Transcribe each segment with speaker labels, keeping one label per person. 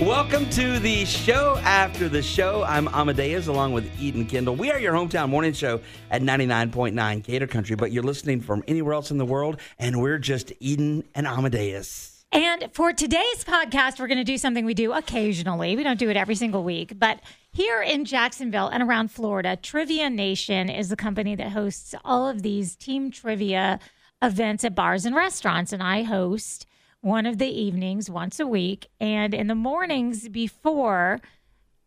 Speaker 1: Welcome to the show after the show. I'm Amadeus along with Eden Kendall. We are your hometown morning show at 99.9 Gator Country, but you're listening from anywhere else in the world, and we're just Eden and Amadeus.
Speaker 2: And for today's podcast, we're going to do something we do occasionally. We don't do it every single week, but here in Jacksonville and around Florida, Trivia Nation is the company that hosts all of these team trivia events at bars and restaurants. And I host one of the evenings once a week. And in the mornings before,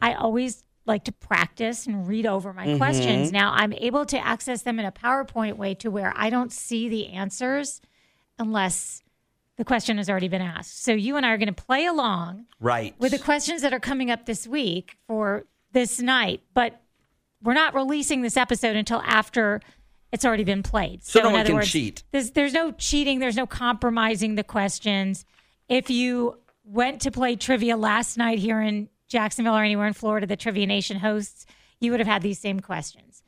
Speaker 2: I always like to practice and read over my questions. Now I'm able to access them in a PowerPoint way to where I don't see the answers unless the question has already been asked. So you and I are going to play along
Speaker 1: Right.
Speaker 2: with the questions that are coming up this week for this night, but we're not releasing this episode until after it's already been played.
Speaker 1: So no
Speaker 2: in
Speaker 1: one
Speaker 2: other
Speaker 1: can
Speaker 2: words,
Speaker 1: cheat.
Speaker 2: There's, there's no cheating. There's no compromising the questions. If you went to play trivia last night here in Jacksonville or anywhere in Florida, the Trivia Nation hosts, you would have had these same questions.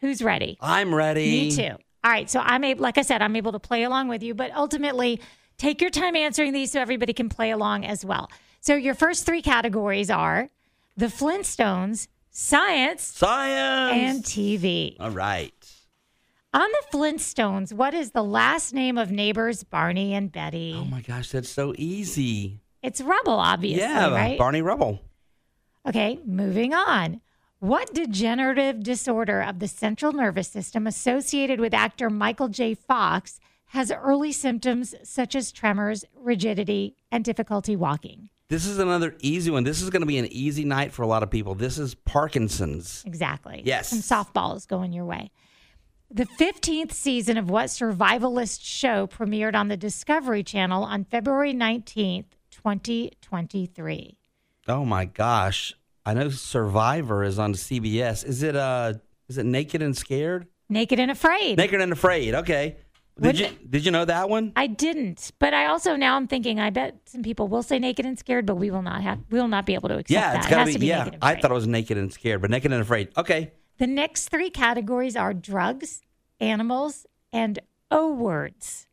Speaker 2: Who's ready?
Speaker 1: I'm ready.
Speaker 2: Me too. All right. So I'm able, like I said, I'm able to play along with you, but ultimately take your time answering these so everybody can play along as well. So your first three categories are the Flintstones, science,
Speaker 1: Science.
Speaker 2: and TV.
Speaker 1: All right.
Speaker 2: On the Flintstones, what is the last name of neighbors Barney and Betty?
Speaker 1: Oh my gosh, that's so easy.
Speaker 2: It's Rubble, obviously,
Speaker 1: yeah,
Speaker 2: right?
Speaker 1: Barney Rubble.
Speaker 2: okay, moving on. What degenerative disorder of the central nervous system associated with actor Michael J. Fox has early symptoms such as tremors, rigidity, and difficulty walking?
Speaker 1: This is another easy one. This is going to be an easy night for a lot of people. This is Parkinson's.
Speaker 2: Exactly.
Speaker 1: Yes.
Speaker 2: Some softballs going your way. The 15th season of What Survivalist Show premiered on the Discovery Channel on February 19th, 2023.
Speaker 1: Oh my gosh. I know Survivor is on CBS. Is it uh is it Naked and Scared?
Speaker 2: Naked and Afraid.
Speaker 1: Naked and Afraid. Okay. Did
Speaker 2: Wouldn't
Speaker 1: you did you know that one?
Speaker 2: I didn't, but I also now I'm thinking I bet some people will say naked and scared, but we will not have we will not be able to accept
Speaker 1: Yeah,
Speaker 2: that.
Speaker 1: it's
Speaker 2: it
Speaker 1: gotta
Speaker 2: has
Speaker 1: be,
Speaker 2: to be
Speaker 1: yeah.
Speaker 2: naked and
Speaker 1: I
Speaker 2: afraid.
Speaker 1: thought it was Naked and Scared, but Naked and Afraid. Okay.
Speaker 2: the next three categories are drugs, animals, and O words.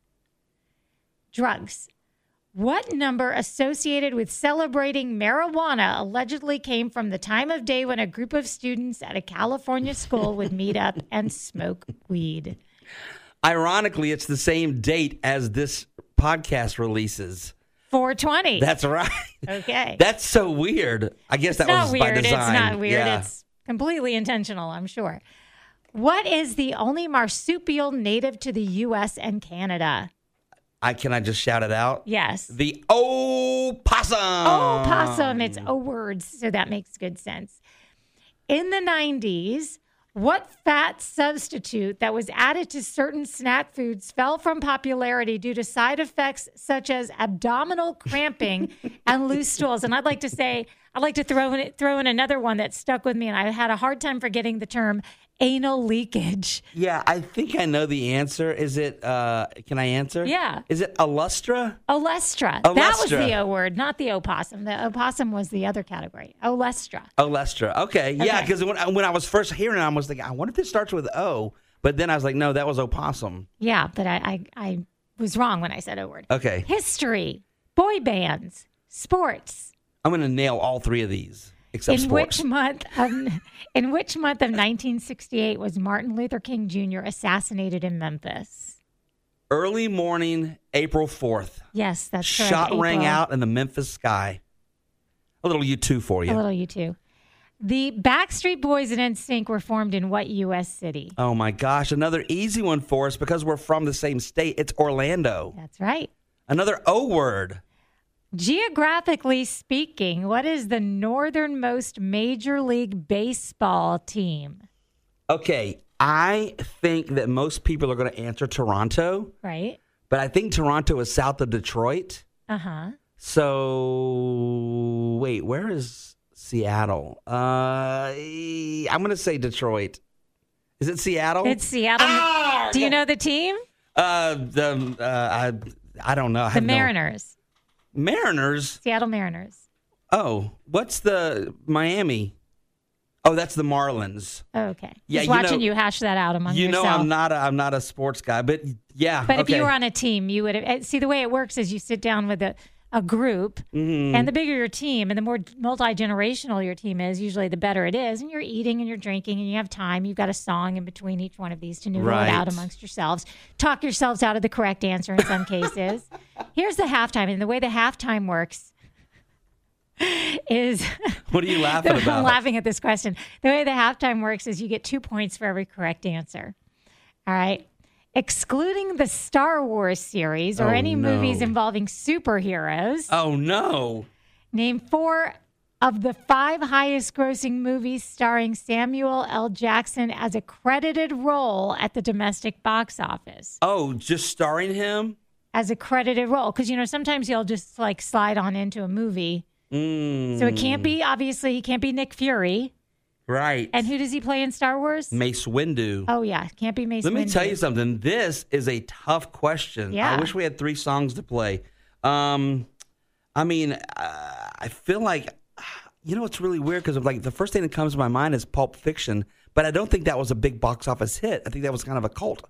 Speaker 2: Drugs. What number associated with celebrating marijuana allegedly came from the time of day when a group of students at a California school would meet up and smoke weed?
Speaker 1: Ironically, it's the same date as this podcast releases.
Speaker 2: 420.
Speaker 1: That's right.
Speaker 2: okay.
Speaker 1: That's so weird. I guess that
Speaker 2: it's not
Speaker 1: was
Speaker 2: weird.
Speaker 1: by design.
Speaker 2: It's not weird.
Speaker 1: Yeah.
Speaker 2: It's completely intentional, I'm sure. What is the only marsupial native to the U.S. and Canada?
Speaker 1: I can I just shout it out?
Speaker 2: Yes.
Speaker 1: The opossum.
Speaker 2: Oh, possum. It's O words, so that makes good sense. In the 90s, what fat substitute that was added to certain snack foods fell from popularity due to side effects such as abdominal cramping and loose stools? And I'd like to say, I'd like to throw in, throw in another one that stuck with me, and I had a hard time forgetting the term anal leakage.
Speaker 1: Yeah, I think I know the answer. Is it? uh Can I answer?
Speaker 2: Yeah.
Speaker 1: Is it Alustra?
Speaker 2: Olestra. That was
Speaker 1: Olestra.
Speaker 2: the O word, not the opossum. The opossum was the other category. Olestra.
Speaker 1: Alustra. Okay. Yeah,
Speaker 2: Okay.
Speaker 1: because when, when I was first hearing it, I was thinking, I wonder if this starts with O. But then I was like, no, that was opossum.
Speaker 2: Yeah, but I, I, I was wrong when I said O word.
Speaker 1: Okay.
Speaker 2: History, boy bands, sports.
Speaker 1: I'm going to nail all three of these except
Speaker 2: in
Speaker 1: sports.
Speaker 2: which month of in which month of 1968 was Martin Luther King Jr. assassinated in Memphis?
Speaker 1: Early morning, April 4th.
Speaker 2: Yes, that's correct.
Speaker 1: Shot rang
Speaker 2: April.
Speaker 1: out in the Memphis sky. A little U2 for you.
Speaker 2: A little you too. The Backstreet Boys and NSYNC were formed in what U.S. city?
Speaker 1: Oh my gosh, another easy one for us because we're from the same state. It's Orlando.
Speaker 2: That's right.
Speaker 1: Another O word.
Speaker 2: Geographically speaking, what is the northernmost Major League Baseball team?
Speaker 1: Okay, I think that most people are going to answer Toronto,
Speaker 2: Right.
Speaker 1: but I think Toronto is south of Detroit.
Speaker 2: Uh huh.
Speaker 1: So wait, where is Seattle? Uh, I'm going to say Detroit. Is it Seattle?
Speaker 2: It's Seattle.
Speaker 1: Oh. Ah,
Speaker 2: Do you know the team?
Speaker 1: uh the uh, I I don't know. I
Speaker 2: The
Speaker 1: have no-
Speaker 2: Mariners.
Speaker 1: Mariners.
Speaker 2: Seattle Mariners.
Speaker 1: Oh, what's the Miami? Oh, that's the Marlins.
Speaker 2: Oh, Okay.
Speaker 1: Yeah, you know-
Speaker 2: Just watching you hash that out among
Speaker 1: you
Speaker 2: yourself.
Speaker 1: know I'm not a, I'm not a sports guy, but yeah.
Speaker 2: But if
Speaker 1: okay.
Speaker 2: eh, you were on a team, you would have. See, the way it works is you sit down with the a group
Speaker 1: Mm-hmm.
Speaker 2: and the bigger your team and the more multi-generational your team is usually the better it is and you're eating and you're drinking and you have time you've got a song in between each one of these to noodle
Speaker 1: Right.
Speaker 2: it out amongst yourselves talk yourselves out of the correct answer in some cases here's the halftime and the way the halftime works is
Speaker 1: What are you laughing
Speaker 2: I'm
Speaker 1: about?
Speaker 2: laughing at this question. The way the halftime works is you get two points for every correct answer. All right. Excluding the Star Wars series or
Speaker 1: Oh,
Speaker 2: any
Speaker 1: no.
Speaker 2: movies involving superheroes,
Speaker 1: oh no.
Speaker 2: name four of the five highest grossing movies starring Samuel L. Jackson as a credited role at the domestic box office.
Speaker 1: Oh, just starring him?
Speaker 2: As a credited role. Because, you know, sometimes he'll just like slide on into a movie.
Speaker 1: Mm,
Speaker 2: So it can't be, obviously, he can't be Nick Fury.
Speaker 1: right.
Speaker 2: And who does he play in Star Wars?
Speaker 1: Mace Windu.
Speaker 2: Oh yeah, can't be Mason.
Speaker 1: Let me tell you something. This is a tough question. I
Speaker 2: Yeah.
Speaker 1: wish we had three songs to play. Um, I mean, uh, I feel like you know it's really weird because I'm like the first thing that comes to my mind is Pulp Fiction, but I don't think that was a big box office hit. I think that was kind of a cult,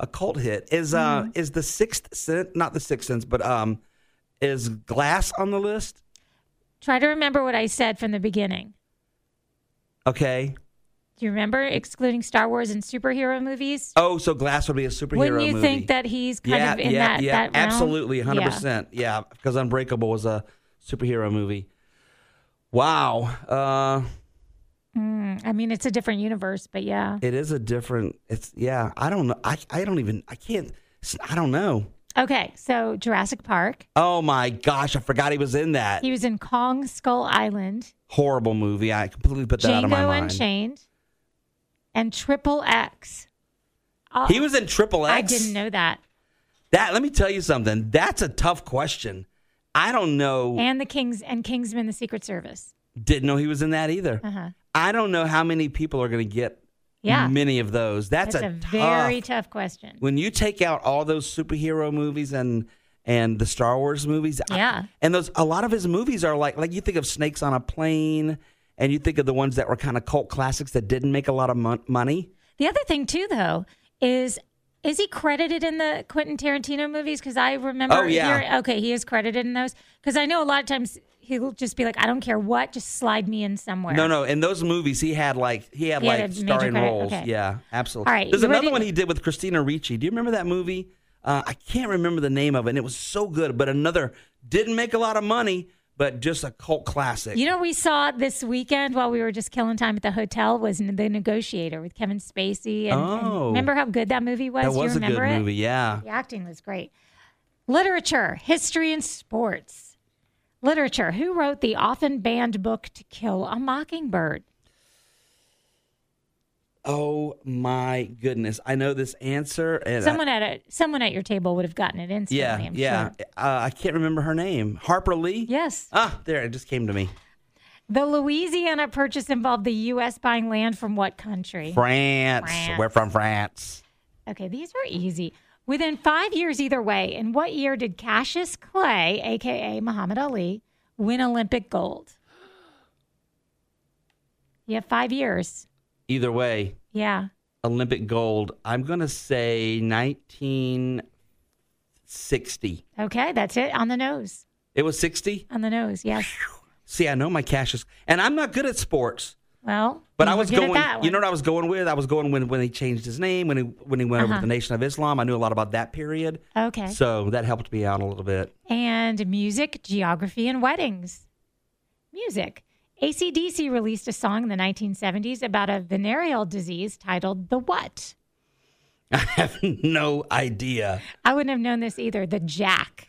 Speaker 1: a cult hit. Is uh
Speaker 2: Hmm.
Speaker 1: is the Sixth Sense not the Sixth Sense, but um is Glass on the list?
Speaker 2: Try to remember what I said from the beginning.
Speaker 1: Okay.
Speaker 2: Do you remember excluding Star Wars and superhero movies?
Speaker 1: Oh, so Glass would be a superhero
Speaker 2: Wouldn't you
Speaker 1: movie.
Speaker 2: think that he's kind of in that
Speaker 1: yeah,
Speaker 2: that realm?
Speaker 1: absolutely, hundred
Speaker 2: Yeah.
Speaker 1: percent. Yeah, because Unbreakable was a superhero movie. Wow, uh,
Speaker 2: Mm, I mean, it's a different universe, but yeah.
Speaker 1: it is a different. It's yeah. I don't know. I I don't even. I can't. s- I don't know.
Speaker 2: Okay, so Jurassic Park.
Speaker 1: Oh my gosh, I forgot he was in that
Speaker 2: He was in Kong Skull Island,
Speaker 1: horrible movie. I completely put that out of my
Speaker 2: Django
Speaker 1: mind.
Speaker 2: Unchained, and Triple X. Uh,
Speaker 1: He was in Triple X.
Speaker 2: I didn't know that.
Speaker 1: that. Let me tell you something. That's a tough question. I don't know.
Speaker 2: And the Kings and Kingsman: The Secret Service.
Speaker 1: didn't know he was in that either.
Speaker 2: Uh huh.
Speaker 1: I don't know how many people are going to get
Speaker 2: Yeah.
Speaker 1: many of those. That's,
Speaker 2: That's a,
Speaker 1: tough
Speaker 2: very tough question.
Speaker 1: when you take out all those superhero movies and and the Star Wars movies, I-
Speaker 2: Yeah.
Speaker 1: and those a lot of his movies are like like you think of Snakes on a Plane, and you think of the ones that were kind of cult classics that didn't make a lot of mon- money.
Speaker 2: The other thing too, though, is is he credited in the Quentin Tarantino movies? Because I remember,
Speaker 1: Oh, yeah.
Speaker 2: hearing- okay, he is credited in those. Because I know a lot of times he'll just be like, I don't care what, just slide me in somewhere.
Speaker 1: No, no, in those movies he had like he had
Speaker 2: He had
Speaker 1: like
Speaker 2: a major
Speaker 1: starring
Speaker 2: credit,
Speaker 1: roles.
Speaker 2: okay.
Speaker 1: Yeah, absolutely.
Speaker 2: All right,
Speaker 1: There's
Speaker 2: you
Speaker 1: another
Speaker 2: ready?
Speaker 1: one he did with Christina Ricci. Do you remember that movie? Uh, I can't remember the name of it. and It was so good, but another didn't make a lot of money, but just a cult classic.
Speaker 2: You know, what we saw this weekend while we were just killing time at the hotel was The Negotiator with Kevin Spacey. And, and
Speaker 1: Oh.
Speaker 2: remember how good that movie was?
Speaker 1: that
Speaker 2: Do you
Speaker 1: was a good
Speaker 2: remember it?
Speaker 1: movie. Yeah.
Speaker 2: The acting was great. Literature, history, and sports. Literature. Who wrote the often banned book To Kill a Mockingbird?
Speaker 1: Oh my goodness! I know this answer. And I-
Speaker 2: Someone at a someone at your table would have gotten it instantly.
Speaker 1: yeah,
Speaker 2: I'm
Speaker 1: yeah.
Speaker 2: Sure.
Speaker 1: Uh, I can't remember her name. Harper Lee.
Speaker 2: Yes.
Speaker 1: Ah, there it just came to me.
Speaker 2: The Louisiana Purchase involved the U.S. buying land from what country?
Speaker 1: France.
Speaker 2: France.
Speaker 1: We're from France.
Speaker 2: Okay, these are easy. Within five years, either way. In what year did Cassius Clay, aka Muhammad Ali, win Olympic gold? You have five years.
Speaker 1: Either way,
Speaker 2: Yeah.
Speaker 1: Olympic gold. I'm gonna say 1960.
Speaker 2: Okay, that's it. On the nose.
Speaker 1: It was 60.
Speaker 2: On the nose. Yes.
Speaker 1: See, I know my cash is, and I'm not good at sports.
Speaker 2: Well,
Speaker 1: But
Speaker 2: you
Speaker 1: I
Speaker 2: were
Speaker 1: was
Speaker 2: good at
Speaker 1: going.
Speaker 2: that
Speaker 1: You know
Speaker 2: one.
Speaker 1: what I was going with? I was going when when he changed his name when he when he went
Speaker 2: Uh-huh.
Speaker 1: over to the Nation of Islam. I knew a lot about that period,
Speaker 2: Okay.
Speaker 1: so that helped me out a little bit.
Speaker 2: and music, geography, and weddings. Music. ACDC released a song in the 1970s about a venereal disease titled The What?
Speaker 1: I have no idea.
Speaker 2: I wouldn't have known this either. The Jack.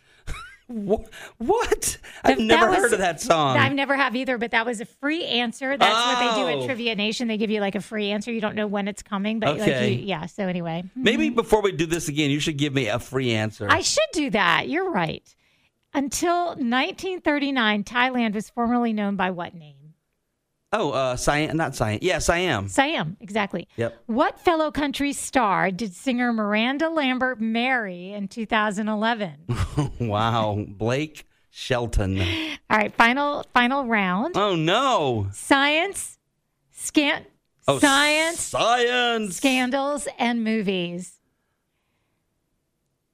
Speaker 1: Wha- What? I've
Speaker 2: That-
Speaker 1: never
Speaker 2: that was-
Speaker 1: heard of that song.
Speaker 2: I've never have either, but that was a free answer. That's what they do
Speaker 1: Oh.
Speaker 2: at Trivia Nation. They give you like a free answer. You don't know when it's coming, but
Speaker 1: Okay.
Speaker 2: like you, yeah. So anyway,
Speaker 1: Maybe before we do this again, you should give me a free answer.
Speaker 2: I should do that. You're right. Until 1939, Thailand was formerly known by what name?
Speaker 1: oh, uh, Siam, not Siam. Yes, I am.
Speaker 2: Siam, exactly.
Speaker 1: Yep.
Speaker 2: What fellow country star did singer Miranda Lambert marry in 2011? All
Speaker 1: wow, Blake Shelton.
Speaker 2: right, final final round.
Speaker 1: Oh no.
Speaker 2: Science, scant
Speaker 1: Oh,
Speaker 2: science,
Speaker 1: Science.
Speaker 2: scandals and movies.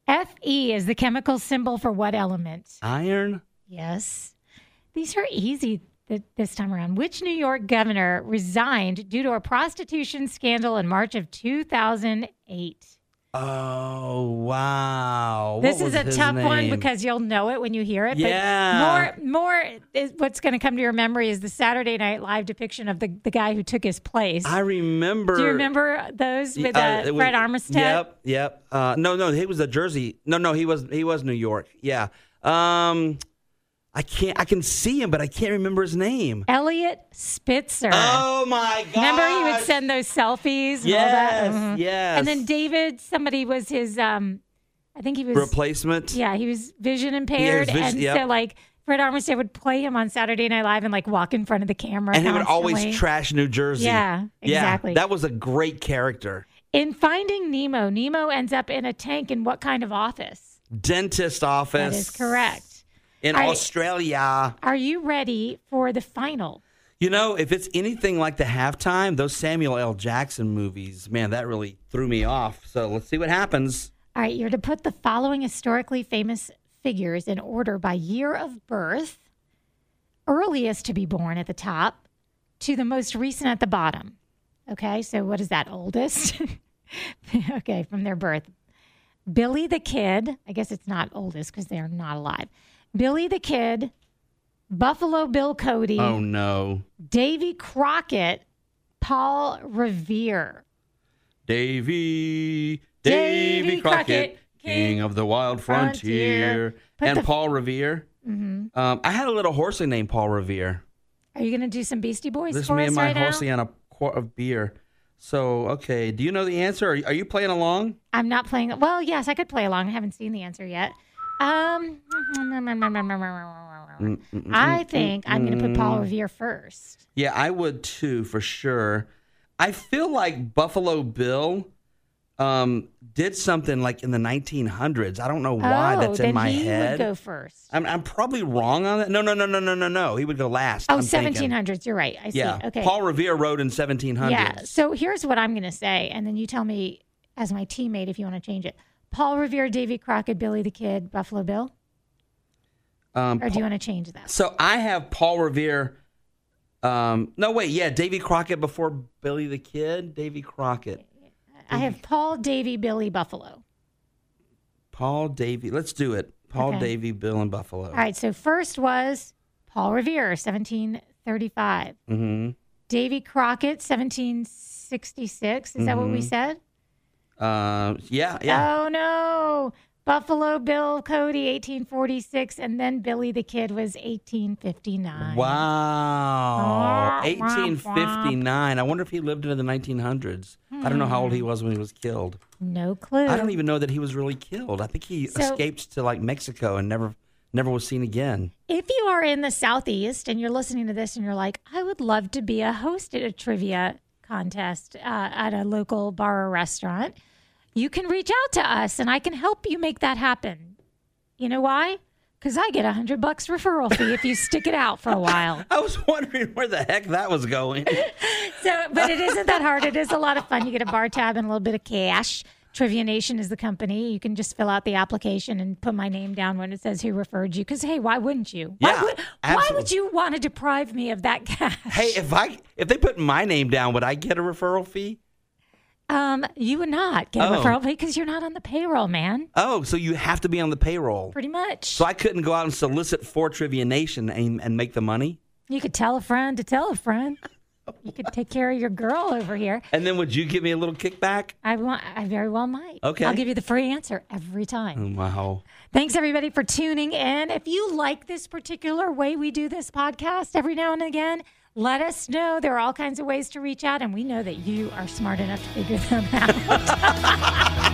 Speaker 2: E Fe is the chemical symbol for what element?
Speaker 1: Iron.
Speaker 2: Yes. These are easy th- this time around. Which New York governor resigned due to a prostitution scandal in March of 2008?
Speaker 1: Oh wow! What
Speaker 2: This
Speaker 1: was
Speaker 2: is a
Speaker 1: his
Speaker 2: tough one
Speaker 1: name?
Speaker 2: because you'll know it when you hear it.
Speaker 1: Yeah.
Speaker 2: But more, more is what's going to come to your memory is the Saturday Night Live depiction of the, the guy who took his place.
Speaker 1: I remember.
Speaker 2: Do you remember those with uh,
Speaker 1: it was-
Speaker 2: Fred Armistead?
Speaker 1: Yep, yep. Uh, no, no, he was a Jersey. No, no, he was he was New York. Yeah. Um, I can't. I can see him, but I can't remember his name.
Speaker 2: Elliot Spitzer.
Speaker 1: Oh my god!
Speaker 2: Remember he would send those selfies and all that?
Speaker 1: Yes,
Speaker 2: Mhm.
Speaker 1: yes.
Speaker 2: And then David, somebody was his um I think he was
Speaker 1: replacement.
Speaker 2: yeah, he was vision impaired.
Speaker 1: vis-
Speaker 2: and
Speaker 1: yep.
Speaker 2: so like Fred Armistead would play him on Saturday Night Live and like walk in front of the camera.
Speaker 1: and he would
Speaker 2: constantly.
Speaker 1: always trash New Jersey.
Speaker 2: Yeah, exactly.
Speaker 1: That was a great character.
Speaker 2: In Finding Nemo, Nemo ends up in a tank in what kind of office?
Speaker 1: Dentist office.
Speaker 2: That is correct.
Speaker 1: In
Speaker 2: I-
Speaker 1: Australia.
Speaker 2: Are you ready for the final?
Speaker 1: You know, if it's anything like the halftime, those Samuel L. Jackson movies, man, that really threw me off. So let's see what happens.
Speaker 2: All right, you're to put the following historically famous figures in order by year of birth, earliest to be born at the top, to the most recent at the bottom. Okay, so what is that? Oldest? okay, from their birth. Billy the Kid, I guess it's not oldest because they're not alive. Billy the Kid, Buffalo Bill Cody,
Speaker 1: Oh no.
Speaker 2: Davy Crockett, Paul Revere.
Speaker 1: Davy
Speaker 2: Davy
Speaker 1: Davy Crockett,
Speaker 2: Crockett,
Speaker 1: king of the wild
Speaker 2: frontier.
Speaker 1: frontier,
Speaker 2: Put
Speaker 1: and
Speaker 2: the- Mm-hmm.
Speaker 1: Paul Revere. Um, I had a little horsey named Paul Revere.
Speaker 2: Are you going to do some Beastie Boys
Speaker 1: This is
Speaker 2: for
Speaker 1: me
Speaker 2: us
Speaker 1: and my
Speaker 2: right now?
Speaker 1: horsey on a quart of beer. So okay, do you know the answer? Are, are you playing along?
Speaker 2: I'm not playing. Well, yes, I could play along. I haven't seen the answer yet. Um,
Speaker 1: Mm-hmm.
Speaker 2: I think I'm going to put Paul Revere first.
Speaker 1: Yeah, I would too for sure. I feel like Buffalo Bill um, did something like in the 1900s. I don't know why
Speaker 2: oh,
Speaker 1: that's
Speaker 2: then
Speaker 1: in my
Speaker 2: he
Speaker 1: head.
Speaker 2: would go first.
Speaker 1: I'm, I'm probably wrong on that. No, no, no, no, no, no, no. He would go last.
Speaker 2: Oh,
Speaker 1: I'm thinking.
Speaker 2: 1700s. You're right. I see.
Speaker 1: Yeah.
Speaker 2: Okay.
Speaker 1: Paul Revere wrote in 1700s.
Speaker 2: yeah. So here's what I'm going to say, and then you tell me as my teammate if you want to change it. Paul Revere, Davy Crockett, Billy the Kid, Buffalo Bill,
Speaker 1: Um,
Speaker 2: or do you want to change that?
Speaker 1: so I have Paul Revere. Um, no, wait. Yeah. Davy Crockett before Billy the Kid. Davy Crockett.
Speaker 2: I have Paul, Davy, Billy, Buffalo.
Speaker 1: Paul Davy. Let's do it. Paul
Speaker 2: Okay.
Speaker 1: Davy, Bill, and Buffalo.
Speaker 2: All right. So first was Paul Revere, 1735.
Speaker 1: Mm-hmm.
Speaker 2: Davy Crockett, 1766. Is that what we said?
Speaker 1: Uh, yeah. Mm-hmm. Yeah.
Speaker 2: Oh, no. Buffalo Bill Cody, 1846. And then Billy the Kid was 1859.
Speaker 1: Wow.
Speaker 2: Womp, womp,
Speaker 1: 1859. I wonder if he lived into the 1900s. I don't know how old
Speaker 2: Hmm.
Speaker 1: he was when he was killed.
Speaker 2: No clue.
Speaker 1: I don't even know that he was really killed. I think he
Speaker 2: So-
Speaker 1: escaped to like Mexico and never never was seen again.
Speaker 2: If you are in the Southeast and you're listening to this and you're like, I would love to be a host at a trivia contest uh, at a local bar or restaurant, you can reach out to us and I can help you make that happen. You know why? Because I get a hundred bucks referral fee if you stick it out for a while.
Speaker 1: I was wondering where the heck that was going.
Speaker 2: So, but it isn't that hard. It is a lot of fun. You get a bar tab and a little bit of cash. Trivia Nation is the company. You can just fill out the application and put my name down when it says who referred you. Because hey, why wouldn't you? Why
Speaker 1: Yeah,
Speaker 2: would, why
Speaker 1: absolutely.
Speaker 2: would you want to deprive me of that cash?
Speaker 1: hey, if I if they put my name down, would I get a referral fee?
Speaker 2: Um, you would not get a
Speaker 1: Oh.
Speaker 2: referral because you're not on the payroll, man.
Speaker 1: Oh, so you have to be on the payroll.
Speaker 2: Pretty much.
Speaker 1: So I couldn't go out and solicit for Trivia Nation and, and make the money.
Speaker 2: you could tell a friend to tell a friend. You could take care of your girl over here.
Speaker 1: And then would you give me a little kickback?
Speaker 2: I want. I very well might.
Speaker 1: Okay.
Speaker 2: I'll give you the free answer every time.
Speaker 1: Wow.
Speaker 2: Thanks, everybody, for tuning in. If you like this particular way we do this podcast every now and again, let us know. There are all kinds of ways to reach out, and we know that you are smart enough to figure them out.